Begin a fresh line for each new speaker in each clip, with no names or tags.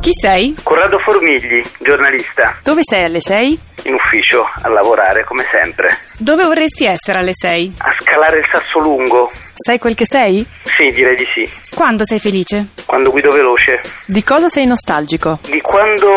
Chi sei?
Corrado Formigli, giornalista,
Dove sei alle 6?
in ufficio a lavorare come sempre,
Dove vorresti essere alle 6?
a scalare il sasso lungo.
Sai quel che sei?
Sì, direi di sì.
Quando sei felice?
Quando guido veloce.
Di cosa sei nostalgico?
Di quando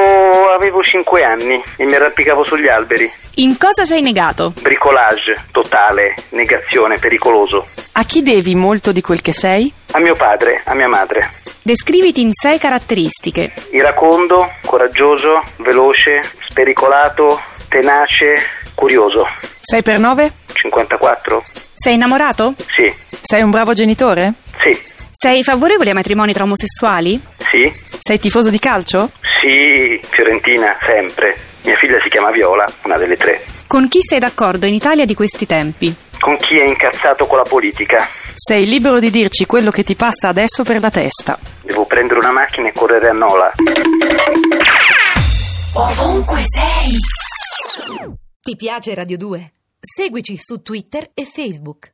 avevo 5 anni e mi arrampicavo sugli alberi.
In cosa sei negato?
Bricolage, totale, negazione, pericoloso.
A chi devi molto di quel che sei?
A mio padre, a mia madre.
Descriviti in sei caratteristiche.
Iracondo, coraggioso, veloce, spericolato, tenace, curioso.
6 per 9?
54?
Sei innamorato?
Sì,
Sei un bravo genitore?
sì,
Sei favorevole ai matrimoni tra omosessuali?
sì,
Sei tifoso di calcio?
sì, Fiorentina, sempre. Mia figlia si chiama Viola, una delle tre.
Con chi sei d'accordo in Italia di questi tempi?
con chi è incazzato con la politica.
Sei libero di dirci quello che ti passa adesso per la testa.
Devo prendere una macchina e correre a Nola.
Ovunque sei.
Ti piace Radio 2? Seguici su Twitter e Facebook.